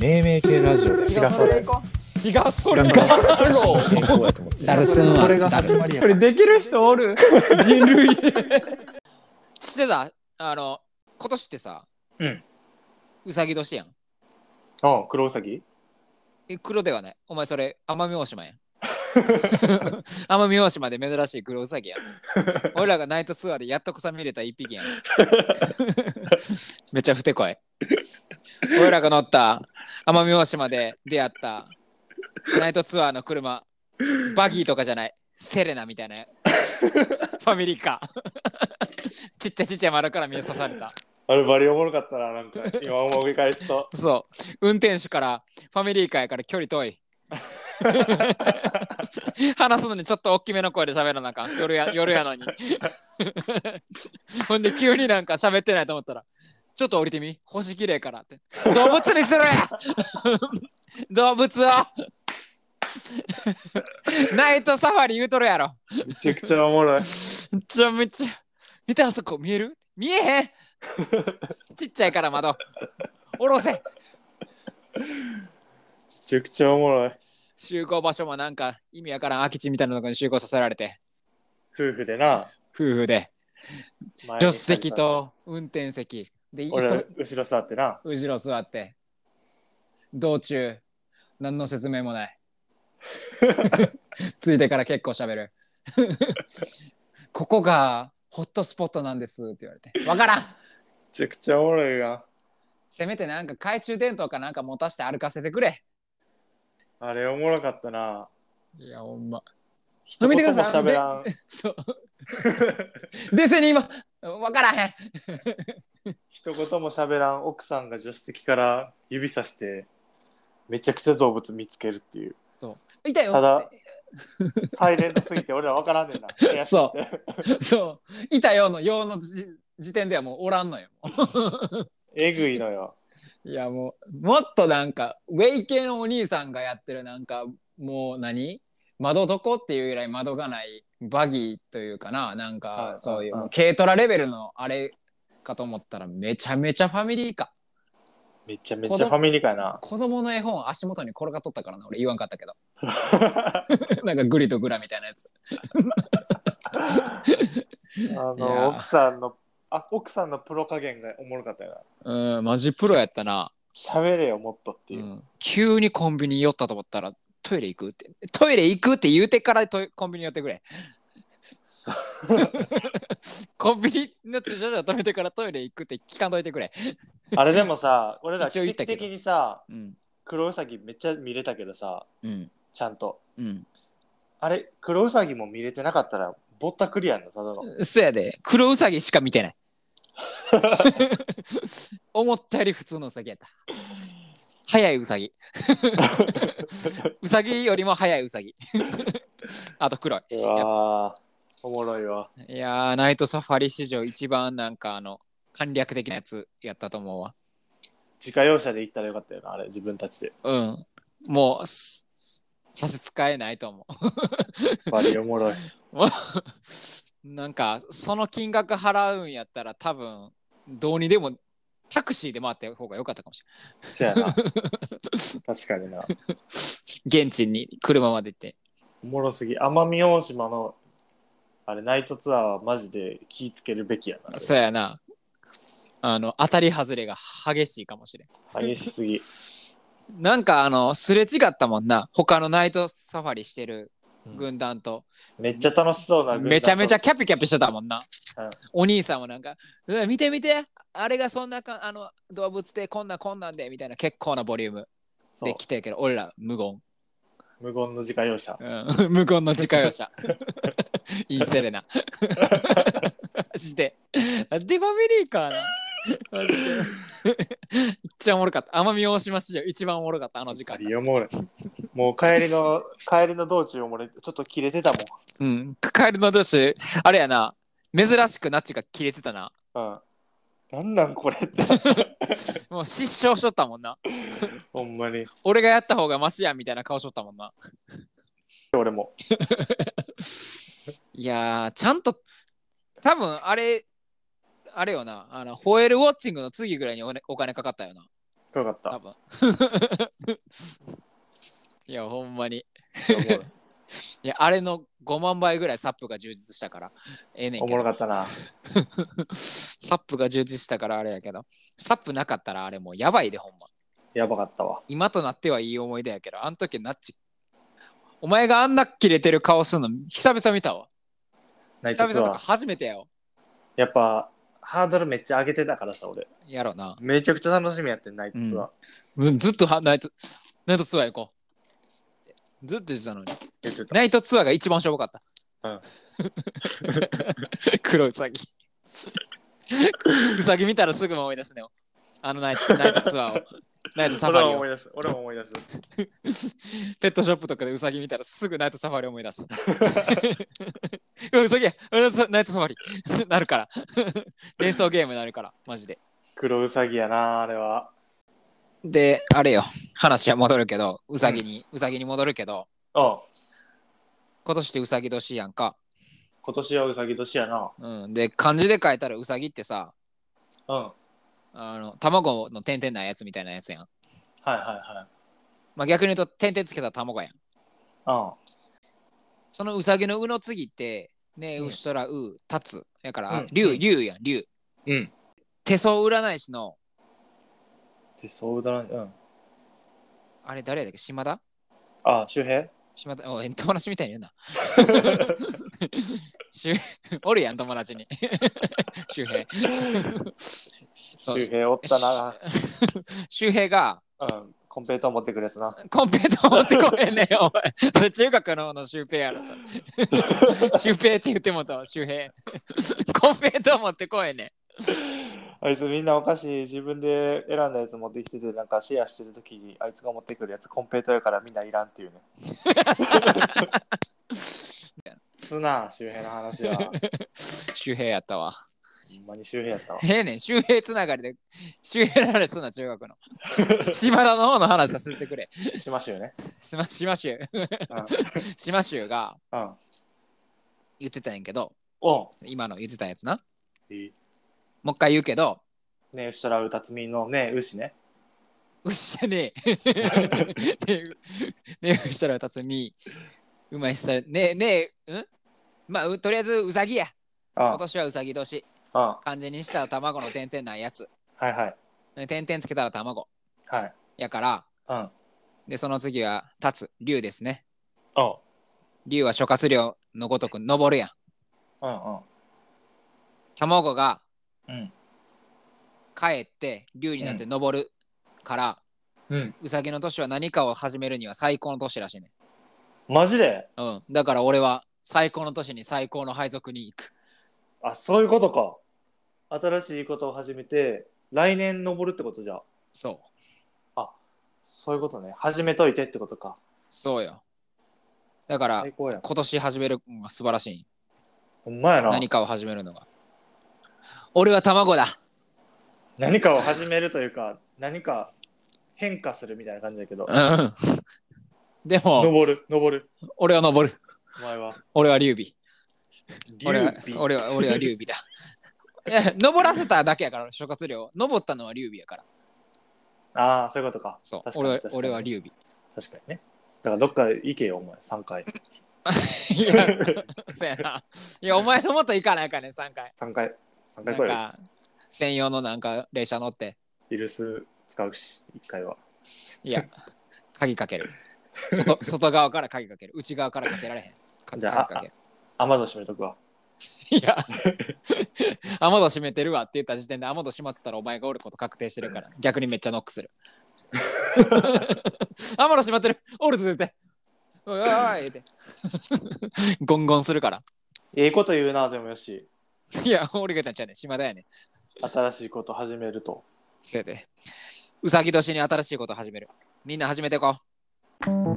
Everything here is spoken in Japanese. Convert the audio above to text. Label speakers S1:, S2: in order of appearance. S1: 命名系ラジオだよ
S2: 違うそれ行こ
S3: 違うそれ
S1: 違う
S3: か
S1: 健康やと思って
S4: ダルスンは
S1: これが
S4: ダ
S1: 始
S4: ル
S1: まりや
S5: これできる人おる人類
S3: してたあの今年ってさ
S2: うん
S3: うさぎ年やん
S2: うあ黒うさぎ
S3: え黒ではないお前それ奄美大島 やん 奄美大島で珍しい黒うさぎやん俺らがナイトツアーでやっと草見れた一匹やん めっちゃふてこい俺らが乗った奄美大島で出会ったナイトツアーの車バギーとかじゃないセレナみたいなファミリーカーちっちゃちっちゃい窓から見えさされた
S2: あれバリおもろかったななんか今思い返すと
S3: そう。運転手からファミリー会から距離遠い。 話すのにちょっと大きめの声で喋らなあかん。夜や夜やのに。ほんで急になんか喋ってないと思ったら、ちょっと降りてみ。星綺麗からって。動物にする 動物を ナイトサファリ言うとるやろ。
S2: めちゃくちゃおもろい
S3: めっちゃめっちゃ。見てあそこ見える見えへんちっちゃいから窓。下ろせ
S2: めちゃくちゃおもろい
S3: 集合場所もなんか意味わからん空き地みたいなとこに集合させられて
S2: 夫婦でな
S3: 夫婦で
S2: 前に
S3: 助手席と運転席で
S2: 俺
S3: 人
S2: 後ろ座ってな
S3: 後ろ座って道中何の説明もないついてから結構喋る ここがホットスポットなんですって言われてわからん
S2: めちゃくちゃおもろいな
S3: せめてなんか懐中電灯かなんか持たして歩かせてくれ
S2: あれおもろかったない
S3: やほんま
S2: 一
S3: 見て
S2: 言
S3: く
S2: も
S3: ださい
S2: 喋らん
S3: そう冷静に今わからへん
S2: 一言も喋らん奥さんが助手席から指さしてめちゃくちゃ動物見つけるっていう
S3: そう痛いよ
S2: ただサイレントすぎて俺ら分からんねんな悔しい
S3: そ
S2: って
S3: そう、いたよのようのじ時点ではもうおらんのよ。
S2: えぐいのよ
S3: いやもう、もっとなんか、ウェイ系のお兄さんがやってるなんか、もう何窓どこっていう以来窓がないバギーというかな、な
S2: は
S3: ん
S2: い
S3: かそういう
S2: はい
S3: もう軽トラレベルのあれかと思ったらめちゃめちゃファミリーか。
S2: めちゃめちゃファミリーかな
S3: 子供の絵本足元に転がっとったからな、俺言わんかったけど。 なんかグリとグラみたいなやつ。
S2: あ
S3: いや
S2: の奥さんのあ奥さんのプロ加減がおもろかったよな
S3: うん、マジプロやったな。
S2: 喋れよもっとっていう、
S3: うん急にコンビニ寄ったと思ったらトイレ行くってトイレ行くって言うてからトイコンビニ寄ってく れ
S2: そ
S3: コンビニの駐車場止めてからトイレ行くって聞かんといてくれ、
S2: あれでも さ俺ら
S3: 一
S2: 奇
S3: 応言っ
S2: 跡
S3: たけど
S2: 的にさ
S3: うん
S2: 黒ウサギめっちゃ見れたけどさ
S3: うん
S2: ちゃんと
S3: うん、
S2: あれ黒ウサギも見れてなかったらぼったくりやんなただの
S3: そやで黒ウサギしか見 てない思ったより普通のウサギやった早いウサ ギウサギよりも早いウサギあと黒いう
S2: わーおもろいわ
S3: いやー、ナイトサファリ史上一番なんかあの、簡略的なやつやったと思うわ。
S2: 自家用車で行ったらよかったよなあれ自分たちで
S3: うん。もう、すす差し支えないと思
S2: バリおも ろい
S3: う。もうなんか、その金額払うんやったら多分、どうにでもタクシーで回った方が良かったかもしれ
S2: せやな確かにな
S3: ない。現地に車まで行って。
S2: おもろすぎ奄美大島のあれナイトツアーはマジで気ぃつけるべきやな
S3: そうやな。あの、当たり外れが激しいかもしれん。
S2: 激しすぎ
S3: なんかあの、すれ違ったもんな。他のナイトサファリしてる軍団と。
S2: めっちゃ楽しそうな軍団
S3: めちゃめちゃキャピキャピしてたもんな、
S2: うん
S3: お兄さんもなんか「うわ見て見てあれがそんなかあの動物でこんなこんなんで」みたいな結構なボリューム
S2: そう
S3: で来てるけど俺ら無言、
S2: 無言の自家用車
S3: うん 無言の自家 用車インセレナマジでなんでファミリーカーなマジでめっちゃおもろかった奄美大島市場一番おもろかったあの時間
S2: バリおもろいもう帰り の帰りの道中も俺ちょっと切れてた
S3: うんカエルの女子あれやな珍しくナチが切れてたな
S2: もんうんなんなんこれって
S3: もう失笑しとったもんな
S2: ほんまに
S3: 俺がやった方がマシやんみたいな顔しとったもんな。
S2: 俺も
S3: いやー、ちゃんと、多分あれ、あれよな、あの、ホエールウォッチングの次ぐらいにお,、お金かかったよな。
S2: 怖かった
S3: 多。分 いやほんまにいやあれの5万倍ぐらいサップが充実したからええね ん
S2: お
S3: け
S2: もろ
S3: ど
S2: かったな。
S3: サップが充実したからあれやけどサップなかったらあれもうやばいでほんま
S2: やばかったわ。
S3: 今となってはいい思い出やけどあの時ナッチお前があんなキレてる顔すんの久々見たわ
S2: ナイ
S3: 久
S2: トツ
S3: 々とか
S2: は。
S3: 初めてやよ
S2: やっぱ、ハードルめっちゃ上げてたからさ、俺。
S3: やろな
S2: めちゃくちゃ楽しみやってん、ナイトツは。
S3: うんずっとはナイトナイトツアー行こうずっと言ってたのに
S2: 言ってた。
S3: ナイトツアーが一番しょぼかった。
S2: うん
S3: 黒うさぎ。うさぎ見たらすぐ思い出すね。あのナイトナイトツアーを。ナイトサフ
S2: 俺
S3: ァ
S2: も思
S3: リを
S2: い。出す。俺も思い出す。
S3: ペットショップとかでうさぎ見たらすぐナイトサファリを思い出す。 うわうさぎやナイトサナイトサファリなるから。連想ゲームになるから、マジで。
S2: 黒ウサギやな、あれは。
S3: で、あれよ、話は戻るけど、うさぎに、うさぎに戻るけど、
S2: うん。
S3: 今年ってうさぎ年やんか。
S2: 今年はウサギ年やな。
S3: うん、で、漢字で書いたらうさぎってさ、
S2: うん。はい
S3: あの卵の点々ないやつみたいなやつやん。
S2: はいは
S3: まあ、逆に言うと点々つけた卵やん。
S2: い。
S3: そのうさぎの「う」の次って、ねうしとらう、たつ。やから、あ
S2: うん
S3: 竜、竜やん、竜。
S2: うん。うん。
S3: 手相占い師の、
S2: 手相だな。うん。
S3: あれ誰だっけ島田
S2: あ、周平
S3: 島田、おい、友達みたいに言 うな。しゅおるやん、友 達に。周平。そう
S2: 周平おったな。
S3: 周平が、
S2: うん。コンペイトー持ってくるやつな。
S3: コンペイトー持ってこへんねん、お前。それ中学の方のシュウペイやろ、それ シュウペイって言ってもうたわ、シュウヘイ。コンペイトー持ってこへんねん。
S2: あいつみんなお菓子自分で選んだやつ持ってきてて、なんかシェアしてるときに、あいつが持ってくるやつコンペイトーやからみんないらんっていうね。すな、周平の話は。ほ
S3: 周平やったわ。
S2: んまに周平やったわ。
S3: ええねん、周平つながりで、周平の話すんな、中学の。島田の方の話させてくれ。
S2: しましゅうね。
S3: しま、しましゅう。
S2: う
S3: しましゅうが
S2: ん。うん。
S3: 言ってたんやけど、
S2: おん。
S3: 今の言ってたやつな。
S2: いい
S3: もう一回言うけど、
S2: ねうしとらうたつみのね、うしね。
S3: うっしゃね え。ねえ、ねえ、うしたらたつみ。うまいしたら、ねえ、ねえ、うんまあ、うとりあえずうさぎや。
S2: うん。うん。
S3: 今年はうさぎ年。
S2: は
S3: 漢字にしたら卵の点々ないやつ。
S2: いはい。
S3: ね点々つけたら卵。
S2: はい。
S3: やから、
S2: うん。
S3: で、その次は立つ、竜ですね。
S2: うん。
S3: 竜は諸葛亮のごとく登るやん。
S2: うんうん。
S3: 卵が
S2: うん。
S3: 帰って竜になって登るから、
S2: うん。
S3: うさぎの年は何かを始めるには最高の年らしいね。
S2: マジで
S3: うん。だから俺は最高の年に最高の配属に行く。
S2: あ、そういうことか。新しいことを始めて、来年登るってことじゃ。
S3: そう。
S2: そういうことね。始めといてってことか。
S3: そうよ。だから
S2: 最高やん。
S3: 今年始めるのが素晴らしい。
S2: ほんまやな。
S3: 何かを始めるのが。俺は卵だ。
S2: 何かを始めるというか、何か変化するみたいな感じだけど。
S3: うん。 でも、
S2: 登る、登る。
S3: 俺は登る。
S2: お前は。
S3: 俺は劉備。
S2: 劉
S3: 俺は
S2: 備。
S3: 俺は俺は劉備だ。 いや登らせただけやから諸葛亮登ったのは劉備やから
S2: ああ、そういうことか。
S3: そう
S2: 確かに
S3: 俺は
S2: 確かに
S3: 俺は劉備
S2: 確かにね。だからどっか行けよ、お前。3回。
S3: いや そうやないやお前のもと行かないかんねん3回
S2: 3回。3回
S3: な
S2: 来
S3: ん
S2: いよ。
S3: か専用のなんか列車乗って
S2: イルス使うし、1回は。
S3: いや鍵かける外外側から鍵かける内側からかけられへんか
S2: じゃあ
S3: 鍵かける
S2: 雨戸閉めとくわ。
S3: いや、雨戸閉めてるわって言った時点で雨戸閉まってたらお前がおること確定してるから、逆にめっちゃノックする。雨戸閉まってるおるぞ絶対おいおいおいって。ゴンゴンするから。
S2: ええこと言うな、でもよし。
S3: いや、俺が言ったんちゃうねん。島田やねん。
S2: 新しいこと始めると。
S3: そうやで。うさぎ年に新しいこと始める。みんな始めてこう。